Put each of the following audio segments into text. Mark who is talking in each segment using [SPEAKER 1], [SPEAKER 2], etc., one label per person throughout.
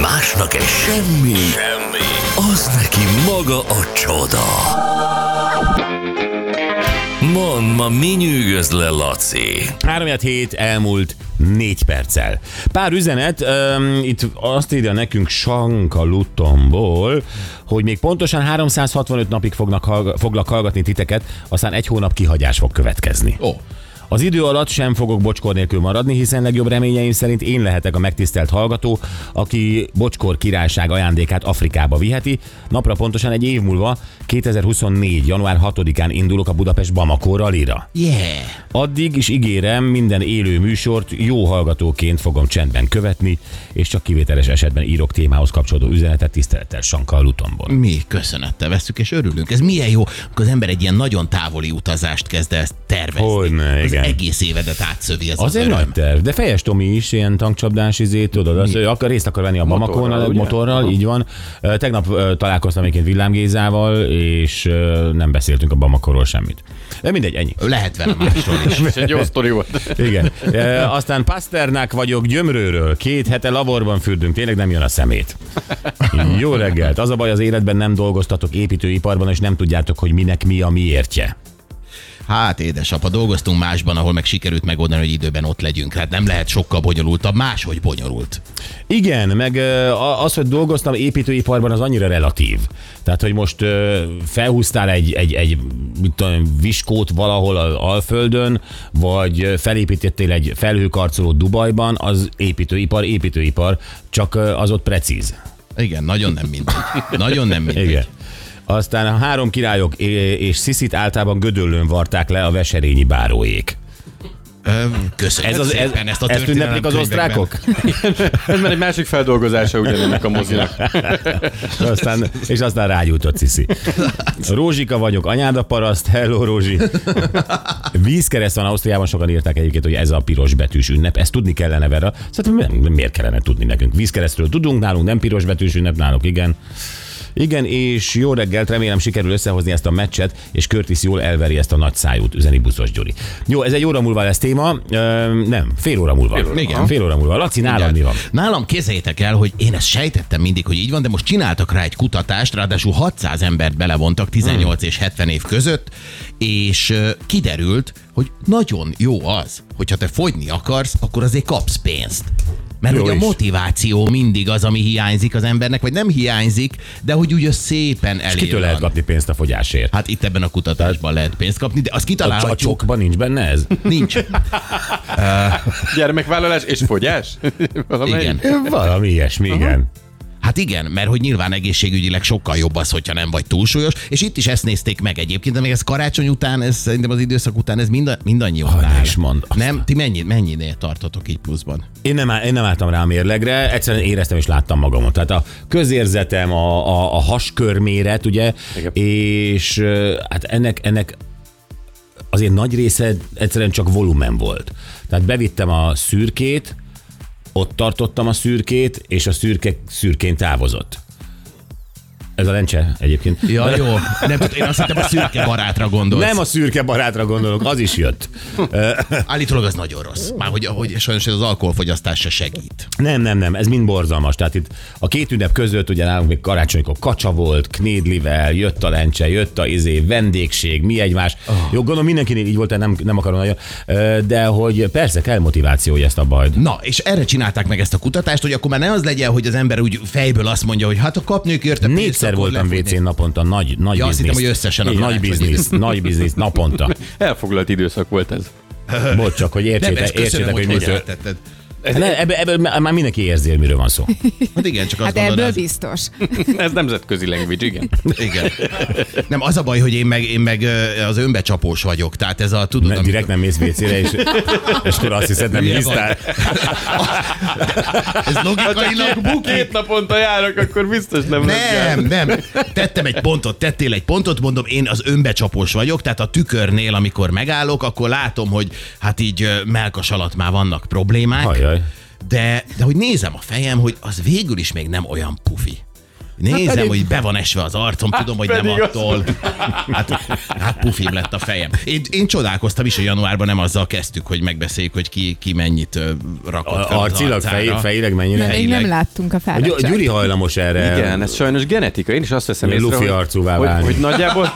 [SPEAKER 1] másnak egy semmi, semmi, az neki maga a csoda. Mond, ma mi nyűgöz le, Laci?
[SPEAKER 2] 3 hét elmúlt 4 perccel. Pár üzenet, um, itt azt írja nekünk Sanka Lutonból, hogy még pontosan 365 napig fognak, hallga- foglak hallgatni titeket, aztán egy hónap kihagyás fog következni.
[SPEAKER 3] Ó,
[SPEAKER 2] Az idő alatt sem fogok bocskor nélkül maradni, hiszen legjobb reményeim szerint én lehetek a megtisztelt hallgató, aki bocskor királyság ajándékát Afrikába viheti. Napra pontosan egy év múlva, 2024. január 6-án indulok a Budapest Bamako rallira.
[SPEAKER 3] yeah.
[SPEAKER 2] Addig is ígérem, minden élő műsort jó hallgatóként fogom csendben követni, és csak kivételes esetben írok témához kapcsolódó üzenetet tisztelettel Sanka Lutonból.
[SPEAKER 3] Mi köszönettel veszük, és örülünk. Ez milyen jó, amikor az ember egy ilyen nagyon távoli utazást kezd el tervezni.
[SPEAKER 2] Hogyne,
[SPEAKER 3] az
[SPEAKER 2] igen.
[SPEAKER 3] egész évedet átszövi ez az
[SPEAKER 2] Azért
[SPEAKER 3] öröm.
[SPEAKER 2] nagy terv, de Fejes Tomi is ilyen tankcsapdás izé, tudod, az, ő akar, részt akar venni a Bamakon,
[SPEAKER 4] Motorral,
[SPEAKER 2] a
[SPEAKER 4] ugye?
[SPEAKER 2] motorral, így van. Ö, Tegnap ö, találkoztam egyébként Villám Gézával, és ö, nem beszéltünk a Bamakorról semmit. De mindegy, ennyi.
[SPEAKER 3] Lehet vele másról is.
[SPEAKER 4] És egy jó sztori volt.
[SPEAKER 2] Igen. E, aztán Pasternák vagyok Gyömrőről. Két hete laborban fürdünk, tényleg nem jön a szemét. Jó reggelt. Az a baj, az életben nem dolgoztatok építőiparban, és nem tudjátok, hogy minek mi a miértje.
[SPEAKER 3] Hát édesapa, dolgoztunk másban, ahol meg sikerült megoldani, hogy időben ott legyünk. Hát nem lehet sokkal bonyolultabb, máshogy bonyolult.
[SPEAKER 2] Igen, meg ö, a- az, hogy dolgoztam építőiparban, az annyira relatív. Tehát, hogy most ö, felhúztál egy, egy, egy mit tudom, viskót valahol az Alföldön, vagy felépítettél egy felhőkarcolót Dubajban, az építőipar, építőipar, csak ö, az ott precíz.
[SPEAKER 3] Igen, nagyon nem mindegy. Nagyon nem mindegy.
[SPEAKER 2] Igen. Aztán a három királyok é- és Sziszit általában gödöllőn varták le a veserényi báróék.
[SPEAKER 3] Ö, Köszönjük
[SPEAKER 2] Ez az, ez,
[SPEAKER 3] Hát szépen ezt a
[SPEAKER 2] ezt
[SPEAKER 3] történelem
[SPEAKER 2] ünneplik az
[SPEAKER 3] könyvekben.
[SPEAKER 2] osztrákok?
[SPEAKER 4] Ez már egy másik feldolgozása ugyanennek a mozinak.
[SPEAKER 2] Aztán, és aztán rágyújtott Cici. Rózsika vagyok, anyád a paraszt, hello Rózsi. Vízkereszt van Ausztriában, sokan írták egyébként, hogy ez a piros betűs ünnep, ezt tudni kellene Vera. Szerintem nem- miért kellene tudni nekünk? Vízkeresztről tudunk, nálunk nem piros betűs ünnep, nálunk igen. Igen, és jó reggelt, remélem sikerül összehozni ezt a meccset, és Curtis jól elveri ezt a nagy szájút, üzeni buszos Gyuri. Jó, ez egy óra múlva lesz téma, Ö, nem, fél óra múlva. Fél
[SPEAKER 3] óra. Igen.
[SPEAKER 2] Fél óra múlva. Laci, nálad mi van?
[SPEAKER 3] Nálam kézzétek el, hogy én ezt sejtettem mindig, hogy így van, de most csináltak rá egy kutatást, ráadásul 600 embert belevontak 18
[SPEAKER 2] Hmm.
[SPEAKER 3] és 70 év között, és ö, kiderült, hogy nagyon jó az, hogyha te fogyni akarsz, akkor azért kapsz pénzt. Mert
[SPEAKER 2] Jó
[SPEAKER 3] hogy a
[SPEAKER 2] is.
[SPEAKER 3] motiváció mindig az, ami hiányzik az embernek, vagy nem hiányzik, de hogy úgy az szépen elég.
[SPEAKER 2] Kitől lehet kapni pénzt a fogyásért?
[SPEAKER 3] Hát itt ebben a kutatásban lehet pénzt kapni, de azt
[SPEAKER 2] A, a
[SPEAKER 3] kitalálhatjuk.
[SPEAKER 2] csokban nincs benne ez?
[SPEAKER 3] Nincs.
[SPEAKER 4] Gyermekvállalás és fogyás? Valamelyik?
[SPEAKER 3] Igen.
[SPEAKER 2] Valami ilyesmi, igen.
[SPEAKER 3] Hát igen, mert hogy nyilván egészségügyileg sokkal jobb az, hogyha nem vagy túlsúlyos, és itt is ezt nézték meg egyébként, de még ez karácsony után, ez szerintem az időszak után, ez mind, mindannyiunknál.
[SPEAKER 2] ne is mondd, aztán.
[SPEAKER 3] Nem, ti mennyi, mennyinél tartotok így pluszban?
[SPEAKER 2] Én nem, á- én nem álltam rá a mérlegre, egyszerűen éreztem és láttam magamon. Tehát a közérzetem, a, a, a haskörméret, ugye,
[SPEAKER 4] Igen.
[SPEAKER 2] és ö, hát ennek, ennek azért nagy része egyszerűen csak volumen volt. Tehát bevittem a szürkét, ott tartottam a szürkét, és a szürke szürkén távozott. Ez a lencse egyébként.
[SPEAKER 3] Ja, jó. Nem tudom, én azt hittem a szürke barátra gondolsz.
[SPEAKER 2] Nem a szürke barátra gondolok, az is jött.
[SPEAKER 3] Állítólag az nagyon rossz. Már hogy, hogy sajnos ez az alkoholfogyasztás se segít.
[SPEAKER 2] Nem, nem, nem, ez mind borzalmas. Tehát itt a két ünnep között ugye nálunk még karácsonykor kacsa volt, knédlivel, jött a lencse, jött a izé, vendégség, mi egymás.
[SPEAKER 3] Ah.
[SPEAKER 2] Oh. Jó, gondolom mindenkinél így volt, tehát nem, nem akarom nagyon, Ö, de hogy persze kell motiváció, hogy ezt abba hagyd.
[SPEAKER 3] Na, és erre csinálták meg ezt a kutatást, hogy akkor már ne az legyen, hogy az ember úgy fejből azt mondja, hogy hát a kapnők érte pénzt,
[SPEAKER 2] Négyszer
[SPEAKER 3] akkor
[SPEAKER 2] voltam
[SPEAKER 3] lefutni.
[SPEAKER 2] WC naponta, nagy, nagy
[SPEAKER 3] Ja, azt
[SPEAKER 2] biznisz.
[SPEAKER 3] hittem, hogy összesen a
[SPEAKER 2] Így, nagy
[SPEAKER 3] karácsonyi.
[SPEAKER 2] biznisz, nagy biznisz, naponta.
[SPEAKER 4] Elfoglalt időszak volt ez.
[SPEAKER 2] Bocs, csak hogy
[SPEAKER 3] Nem, ezt
[SPEAKER 2] értsétek,
[SPEAKER 3] köszönöm,
[SPEAKER 2] értsétek hogy
[SPEAKER 3] hogy,
[SPEAKER 2] mi
[SPEAKER 3] hogy
[SPEAKER 2] ször...
[SPEAKER 3] értetted.
[SPEAKER 2] Ne, ebből, ebből már mindenki érzi, hogy miről van szó.
[SPEAKER 3] Hát igen, csak azt
[SPEAKER 5] Hát
[SPEAKER 3] gondolod,
[SPEAKER 5] ebből
[SPEAKER 3] az-
[SPEAKER 5] biztos.
[SPEAKER 4] Ez nemzetközi language, igen.
[SPEAKER 3] Igen. Nem, az a baj, hogy én meg, én meg ö, az önbecsapós vagyok. Tehát ez a, tudod,
[SPEAKER 2] Nem,
[SPEAKER 3] amikor-
[SPEAKER 2] direkt nem mész WC-re, és, és akkor azt hiszed, nem
[SPEAKER 3] Hülye vagy.
[SPEAKER 2] hisztál.
[SPEAKER 3] Ez logikailag bukik.
[SPEAKER 4] Hát, Két naponta járok, akkor biztos nem lesz
[SPEAKER 3] Nem,
[SPEAKER 4] gáz.
[SPEAKER 3] nem. Tettem egy pontot, tettél egy pontot, mondom, én az önbecsapós vagyok, tehát a tükörnél, amikor megállok, akkor látom, hogy hát így ö, melkas alatt már vannak problémák.
[SPEAKER 2] Ajaj.
[SPEAKER 3] De, de hogy nézem a fejem, hogy az végül is még nem olyan pufi. Nézem, pedig... hogy be van esve az arcom, tudom, hogy nem
[SPEAKER 4] Hát pedig az-
[SPEAKER 3] attól. Hát, hát pufim lett a fejem. Én, én csodálkoztam is, hogy januárban nem azzal kezdtük, hogy megbeszéljük, hogy ki, ki mennyit ö, rakott fel az
[SPEAKER 2] Arcilag,
[SPEAKER 3] arcára.
[SPEAKER 2] fej, fejileg mennyire?
[SPEAKER 3] Nem.
[SPEAKER 2] Nem.
[SPEAKER 5] Még nem
[SPEAKER 3] Helyileg.
[SPEAKER 5] láttunk a
[SPEAKER 2] Gy-
[SPEAKER 5] fáradtság.
[SPEAKER 2] Gyuri hajlamos erre.
[SPEAKER 4] Igen, ez sajnos genetika. Én is azt veszem
[SPEAKER 2] Ilyen
[SPEAKER 4] észre,
[SPEAKER 2] lufi
[SPEAKER 4] hogy-
[SPEAKER 2] arcúvá
[SPEAKER 4] hogy,
[SPEAKER 2] válni.
[SPEAKER 4] hogy nagyjából,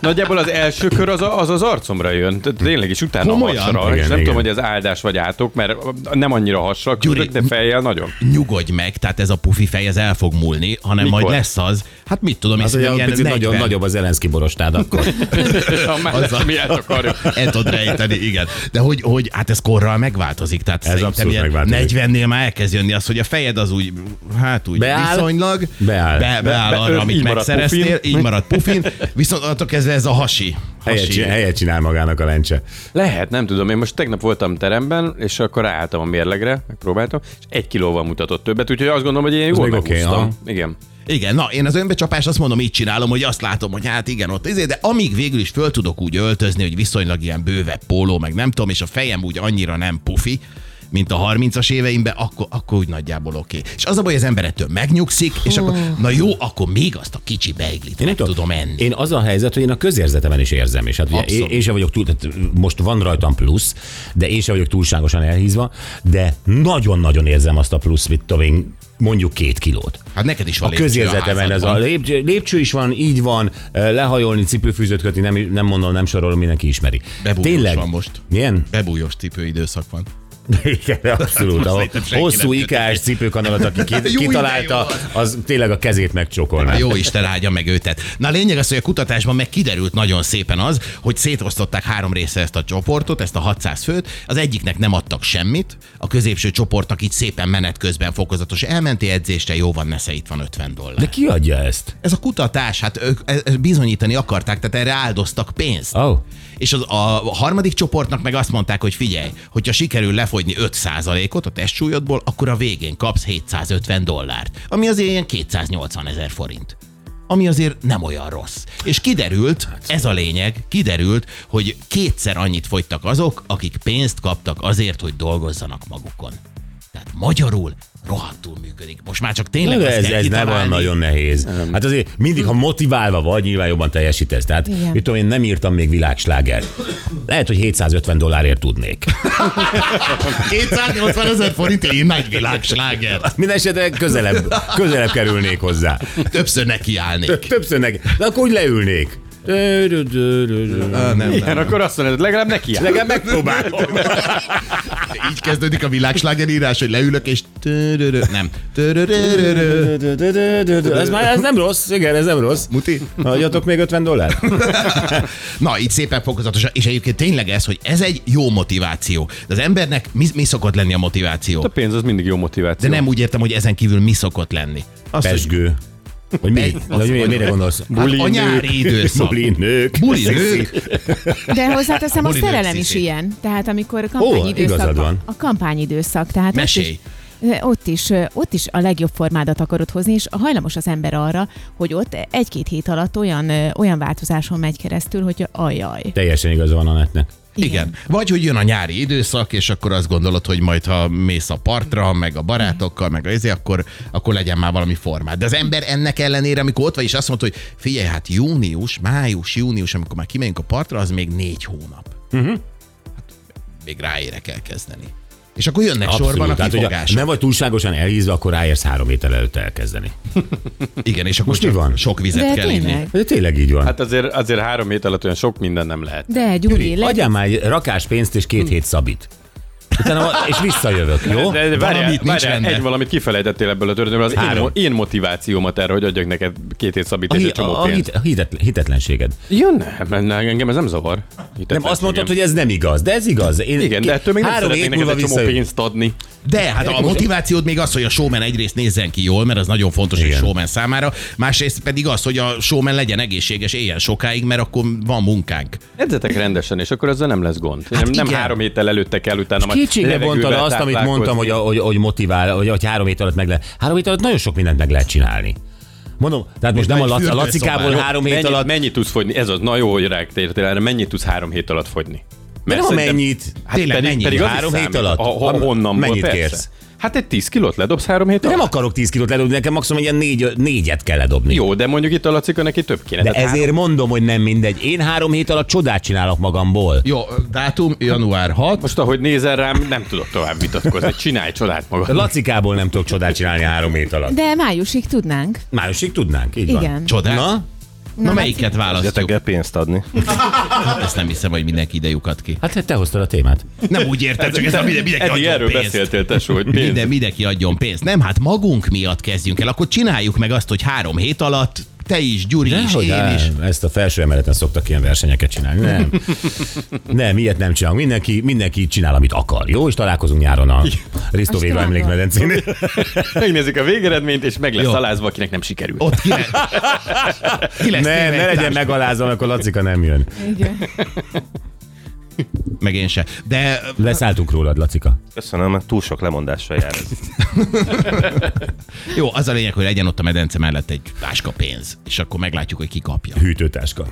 [SPEAKER 4] nagyjából az első kör az, a, az az arcomra jön. Tehát tényleg is utána
[SPEAKER 3] Komolyan?
[SPEAKER 4] a hasra.
[SPEAKER 2] Igen,
[SPEAKER 4] Igen, és nem
[SPEAKER 2] igen.
[SPEAKER 4] tudom, hogy ez áldás vagy átok, mert nem annyira hasra,
[SPEAKER 3] Gyuri.
[SPEAKER 4] de fejjel nagyon.
[SPEAKER 3] Nyugodj meg, tehát ez a pufi fej, ez el fog múlni, hanem
[SPEAKER 4] Mikor?
[SPEAKER 3] majd lesz az, hát mit tudom,
[SPEAKER 2] Az,
[SPEAKER 3] hiszem,
[SPEAKER 2] hogy a
[SPEAKER 3] ilyen
[SPEAKER 2] picit
[SPEAKER 3] 40.
[SPEAKER 2] nagyon, nagyobb az Elenszki borostád akkor.
[SPEAKER 4] A mellett, mi eltakarjuk.
[SPEAKER 3] El tudod rejteni, igen. De hogy, hogy hát ez korral megváltozik. Tehát szerintem
[SPEAKER 2] abszolút
[SPEAKER 3] ilyen
[SPEAKER 2] megváltozik.
[SPEAKER 3] 40-nél már elkezd jönni az, hogy a fejed az úgy, hát úgy
[SPEAKER 2] Beáll.
[SPEAKER 3] viszonylag
[SPEAKER 2] Beáll.
[SPEAKER 3] Be, beáll
[SPEAKER 4] Be-
[SPEAKER 3] arra,
[SPEAKER 4] ö,
[SPEAKER 3] amit
[SPEAKER 4] így maradt
[SPEAKER 3] megszereztél, így maradt pufin, viszont attól kezdve ez a hasi.
[SPEAKER 2] Helyet,
[SPEAKER 3] hasi.
[SPEAKER 2] csinál, helyet csinál magának a lencse.
[SPEAKER 4] Lehet, nem tudom. Én most tegnap voltam teremben, és akkor ráálltam a mérlegre, megpróbáltam, és egy kilóval mutatott többet, úgyhogy azt gondolom, hogy én jól
[SPEAKER 2] még oké,
[SPEAKER 4] megúsztam.
[SPEAKER 2] aha.
[SPEAKER 4] Igen.
[SPEAKER 3] Igen, na én az önbecsapás azt mondom, így csinálom, hogy azt látom, hogy hát igen, ott izé, de amíg végül is föl tudok úgy öltözni, hogy viszonylag ilyen bővebb póló, meg nem tudom, és a fejem úgy annyira nem pufi, mint a 30-as éveimben, akkor, akkor úgy nagyjából oké. Okay. És az a baj, hogy az ember ettől megnyugszik, és akkor, na jó, akkor még azt a kicsi beiglit meg tudom enni.
[SPEAKER 2] Én az a helyzet, hogy én a közérzetemen is érzem, és hát ugye én,
[SPEAKER 3] Abszolút.
[SPEAKER 2] én sem vagyok túl, tehát most van rajtam plusz, de én sem vagyok túlságosan elhízva, de nagyon-nagyon érzem azt a plusz, mit tudom én, mondjuk két kilót.
[SPEAKER 3] Hát neked is van
[SPEAKER 2] A
[SPEAKER 3] lépcső
[SPEAKER 2] közérzetemen ez a
[SPEAKER 3] házadban.
[SPEAKER 2] lépcső, lépcső is van, így van, lehajolni, cipőfűzőt kötni, nem, nem mondom, nem sorolom, mindenki ismeri.
[SPEAKER 3] Bebújós van most.
[SPEAKER 2] Milyen?
[SPEAKER 3] Bebújós cipő időszak van.
[SPEAKER 2] Igen, abszolút. A
[SPEAKER 3] Szerintem senki
[SPEAKER 2] hosszú
[SPEAKER 3] nem köti.
[SPEAKER 2] ikás cipőkanalat, aki ki-
[SPEAKER 3] Jó,
[SPEAKER 2] kitalálta,
[SPEAKER 3] ide
[SPEAKER 2] az tényleg a kezét megcsokolná.
[SPEAKER 3] Jó Isten áldja meg őtet. Na a lényeg az, hogy a kutatásban meg kiderült nagyon szépen az, hogy szétosztották három része ezt a csoportot, ezt a 600 főt. Az egyiknek nem adtak semmit, a középső csoportnak így szépen menet közben fokozatos elmenti edzésre, jó van, nesze, itt van 50 dollár.
[SPEAKER 2] De
[SPEAKER 3] De
[SPEAKER 2] ki adja ezt?
[SPEAKER 3] ez a kutatás, hát ők e- e- bizonyítani akarták, tehát erre áldoztak pénzt.
[SPEAKER 2] Ó.
[SPEAKER 3] És az, a harmadik csoportnak meg azt mondták, hogy figyelj, hogyha sikerül lefogyni 5%-ot a testsúlyodból, akkor a végén kapsz 750 dollárt, ami azért ilyen 280 ezer forint ami azért nem olyan rossz. És kiderült,
[SPEAKER 2] Hát.
[SPEAKER 3] ez a lényeg, kiderült, hogy kétszer annyit fogytak azok, akik pénzt kaptak azért, hogy dolgozzanak magukon. Tehát magyarul rohadtul működik. Most már csak tényleg
[SPEAKER 2] Na, de
[SPEAKER 3] azt
[SPEAKER 2] ez,
[SPEAKER 3] kell
[SPEAKER 2] ez nem
[SPEAKER 3] kitalálni.
[SPEAKER 2] olyan nagyon nehéz. Hát azért mindig, ha motiválva vagy, nyilván jobban teljesítesz. Tehát,
[SPEAKER 5] Igen.
[SPEAKER 2] mit tudom, én nem írtam még világsláger. Lehet, hogy 750 dollárért tudnék.
[SPEAKER 3] 280 ezer forint, én nagyvilág sláger.
[SPEAKER 2] Mindenesetre közelebb, közelebb kerülnék hozzá.
[SPEAKER 3] Többször nekiállnék.
[SPEAKER 2] Többször neki. De akkor úgy leülnék.
[SPEAKER 4] Igen, akkor azt mondod, legalább neki áll.
[SPEAKER 2] Legalább megpróbálom.
[SPEAKER 3] Így kezdődik a világsláger írás, hogy leülök és... törörö. Nem. Törörörörö.
[SPEAKER 2] Ez már ez nem rossz, igen, ez nem rossz.
[SPEAKER 3] Muti?
[SPEAKER 2] Adjatok még 50 dollár?
[SPEAKER 3] Na, így szépen fokozatosan. És egyébként tényleg ez, hogy ez egy jó motiváció. De az embernek mi, mi szokott lenni a
[SPEAKER 4] A
[SPEAKER 3] motiváció?
[SPEAKER 4] pénz az mindig jó motiváció.
[SPEAKER 3] De nem úgy értem, hogy ezen kívül mi szokott lenni. Azt, hogy
[SPEAKER 2] Pesgő. Vagy mi?
[SPEAKER 3] Egy-
[SPEAKER 2] Vagy mi- mire gondolsz?
[SPEAKER 3] hát a
[SPEAKER 4] Buli
[SPEAKER 3] nyári időszak.
[SPEAKER 2] Buli nők.
[SPEAKER 3] Buli nők.
[SPEAKER 5] De hozzáteszem, a
[SPEAKER 3] Buli nők
[SPEAKER 5] szerelem is
[SPEAKER 3] sziszé.
[SPEAKER 5] ilyen. Tehát amikor kampányidőszak
[SPEAKER 2] igazad
[SPEAKER 5] van.
[SPEAKER 2] van.
[SPEAKER 5] A kampányidőszak. Tehát ott
[SPEAKER 3] Mesélj.
[SPEAKER 5] is- Ott is, ott is a legjobb formádat akarod hozni, és hajlamos az ember arra, hogy ott egy-két hét alatt olyan, olyan változáson megy keresztül, hogy ajaj.
[SPEAKER 2] Teljesen igaza van Anetnek.
[SPEAKER 3] Igen. Vagy hogy jön a nyári időszak, és akkor azt gondolod, hogy majd ha mész a partra, meg a barátokkal, meg az, akkor, akkor legyen már valami formát. De az ember ennek ellenére, amikor ott vagy, és azt mondta, hogy figyelj, hát június, május, június, amikor már kimegyünk a partra, az még négy hónap. Uh-huh.
[SPEAKER 2] Mhm.
[SPEAKER 3] Hát még ráérek elkezdeni. És akkor jönnek Abszolút, sorban a
[SPEAKER 2] Tehát, hogyha
[SPEAKER 3] kifogások.
[SPEAKER 2] nem vagy túlságosan elhízva, akkor ráérsz három héttel előtt elkezdeni.
[SPEAKER 3] Igen, és akkor
[SPEAKER 2] Most mi
[SPEAKER 3] csak
[SPEAKER 2] van?
[SPEAKER 3] sok vizet
[SPEAKER 5] De
[SPEAKER 3] kell inni.
[SPEAKER 5] tényleg.
[SPEAKER 2] De tényleg így van. Hát,
[SPEAKER 4] Hát azért, azért három hét alatt olyan sok minden nem lehet.
[SPEAKER 5] De Gyuri, le...
[SPEAKER 2] Adjál már egy rakás pénzt és két hét szabít. Utána va- és visszajövök, jó?
[SPEAKER 4] Hm. De, de várjál,
[SPEAKER 3] nincs
[SPEAKER 4] várjál,
[SPEAKER 3] rendben.
[SPEAKER 4] egy valamit kifelejtettél ebből a történetből, az én,
[SPEAKER 2] Három.
[SPEAKER 4] mo- én motivációmat erre, hogy adjak neked két hét
[SPEAKER 2] A,
[SPEAKER 4] szabít és egy
[SPEAKER 2] hi-
[SPEAKER 4] csomó
[SPEAKER 2] a, a,
[SPEAKER 4] pénzt.
[SPEAKER 2] hit- a hitetlen, hitetlenséged.
[SPEAKER 4] Ja, nem, nem, engem ez nem zavar.
[SPEAKER 2] Nem, azt mondtad, hogy ez nem igaz, de ez igaz. Én,
[SPEAKER 4] igen, de ettől még nem
[SPEAKER 2] három
[SPEAKER 4] szeretnék
[SPEAKER 2] hét
[SPEAKER 4] neked
[SPEAKER 2] múlva
[SPEAKER 4] egy csomó
[SPEAKER 2] visszajövök.
[SPEAKER 4] pénzt adni.
[SPEAKER 3] De hát a motivációd még az, hogy a showman egyrészt nézzen ki jól, mert az nagyon fontos egy
[SPEAKER 2] Igen.
[SPEAKER 3] showman számára, másrészt pedig az, hogy a showman legyen egészséges éljen sokáig, mert akkor van munkánk.
[SPEAKER 4] Edzetek rendesen, és akkor ezzel nem lesz gond. Hát nem, nem
[SPEAKER 3] igen.
[SPEAKER 4] három héttel előtte kell utána majd
[SPEAKER 2] Kétségbe
[SPEAKER 4] levegővel
[SPEAKER 2] vontad azt, amit
[SPEAKER 4] táplálkozni.
[SPEAKER 2] mondtam, hogy, a- hogy, hogy motivál, hogy, hogy három hét alatt meg lehet. Három hét alatt nagyon sok mindent meg lehet csinálni. Mondom, tehát most nem a, Lac- a lacikából
[SPEAKER 3] fürdőszobára.
[SPEAKER 2] három hét
[SPEAKER 4] mennyit,
[SPEAKER 2] alatt,
[SPEAKER 4] mennyit tudsz fogyni? Ez az, na jó, hogy ráktértél erre, mennyit tudsz három hét alatt fogyni?
[SPEAKER 2] de
[SPEAKER 4] Mert
[SPEAKER 2] nem
[SPEAKER 4] szerintem- Hát
[SPEAKER 2] amennyit.
[SPEAKER 3] Tényleg
[SPEAKER 4] pedig,
[SPEAKER 3] mennyi?
[SPEAKER 4] pedig az is
[SPEAKER 2] Hát Három hét
[SPEAKER 4] számít.
[SPEAKER 2] alatt?
[SPEAKER 4] Ha, ha, honnan
[SPEAKER 2] Mennyit
[SPEAKER 4] persze.
[SPEAKER 2] kérsz?
[SPEAKER 4] Hát egy 10 kilót ledobsz három hét
[SPEAKER 2] De nem
[SPEAKER 4] alatt?
[SPEAKER 2] akarok 10 kilót ledobni, nekem maximum ilyen négy, négyet kell ledobni.
[SPEAKER 4] Jó, de hát mondjuk itt a Lacika neki több kéne.
[SPEAKER 2] De
[SPEAKER 4] Tehát
[SPEAKER 2] ezért mondom, hogy nem mindegy. Én három hét alatt csodát csinálok magamból.
[SPEAKER 3] Jó, dátum január 6.
[SPEAKER 4] Most ahogy nézel rám, nem tudok tovább vitatkozni. Csinálj csodát magad.
[SPEAKER 2] Lacikából nem tudok csodát csinálni három hét alatt.
[SPEAKER 5] De májusig tudnánk.
[SPEAKER 2] Májusig tudnánk, így
[SPEAKER 5] Igen.
[SPEAKER 2] van.
[SPEAKER 3] Csodát.
[SPEAKER 2] Na?
[SPEAKER 3] Na melyiket választjuk? Hát
[SPEAKER 6] Gyetek pénzt adni.
[SPEAKER 3] Ezt nem hiszem, hogy mindenki ide lyukat ki.
[SPEAKER 2] Hát te hoztad a témát.
[SPEAKER 3] Nem úgy értem, csak ez a minden, mindenki
[SPEAKER 4] Eddig
[SPEAKER 3] adjon
[SPEAKER 4] erről
[SPEAKER 3] pénzt.
[SPEAKER 4] beszéltél, tesó, hogy pénz.
[SPEAKER 3] Minden, mindenki adjon pénzt. Nem, hát magunk miatt kezdjünk el. Akkor csináljuk meg azt, hogy három hét alatt te is, Gyuri is,
[SPEAKER 2] Hogy
[SPEAKER 3] én
[SPEAKER 2] nem,
[SPEAKER 3] is.
[SPEAKER 2] ezt a felső emeleten szoktak ilyen versenyeket csinálni. Nem, nem ilyet nem csinálunk. Mindenki, mindenki csinál, amit akar. Jó, és találkozunk nyáron a Risto
[SPEAKER 5] A
[SPEAKER 2] Véva
[SPEAKER 5] strandon.
[SPEAKER 2] emlékmedencén.
[SPEAKER 4] Megnézik a végeredményt, és meg lesz
[SPEAKER 3] Jó.
[SPEAKER 4] találzva, akinek nem sikerült.
[SPEAKER 3] Ott ki, le... ki lesz
[SPEAKER 2] Ne,
[SPEAKER 3] téve
[SPEAKER 2] ne
[SPEAKER 3] egy
[SPEAKER 2] legyen megalázva, akkor Lacika nem jön.
[SPEAKER 5] Igen.
[SPEAKER 3] Meg én se. De
[SPEAKER 2] Leszálltunk rólad, Lacika.
[SPEAKER 6] Köszönöm, mert túl sok lemondással jár ez.
[SPEAKER 3] jó, az a lényeg, hogy legyen ott a medence mellett egy táska pénz, és akkor meglátjuk, hogy ki kapja.
[SPEAKER 2] Hűtőtáska.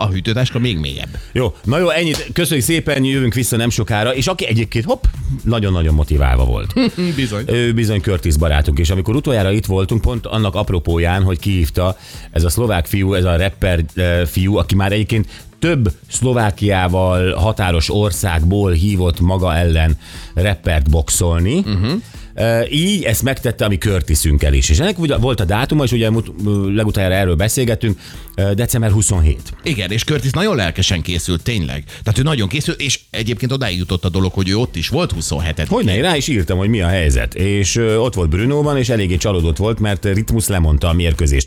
[SPEAKER 3] A hűtőtáska még mélyebb.
[SPEAKER 2] Jó, na jó, ennyit. Köszönjük szépen, jövünk vissza nem sokára. És aki egyébként, hopp, nagyon-nagyon motiválva volt.
[SPEAKER 3] Bizony.
[SPEAKER 2] Ő bizony Curtis barátunk, és amikor utoljára itt voltunk, pont annak apropóján, hogy kihívta ez a szlovák fiú, ez a rapper eh, fiú, aki már egyébként több Szlovákiával határos országból hívott maga ellen rappert boxolni. Uh-huh. Így ezt megtette a mi Curtisünkkel is. És ennek ugye volt a dátuma, és ugye mut- legutoljára erről beszélgettünk, eh, december 27.
[SPEAKER 3] Igen, és Curtis nagyon lelkesen készült, tényleg. Tehát ő nagyon készült, és egyébként odáig jutott a dolog, hogy ő ott is volt 27
[SPEAKER 2] Hogy ne, én rá is írtam, hogy mi a helyzet. És ö, ott volt Brunóban, és eléggé csalódott volt, mert Ritmus lemondta a mérkőzést.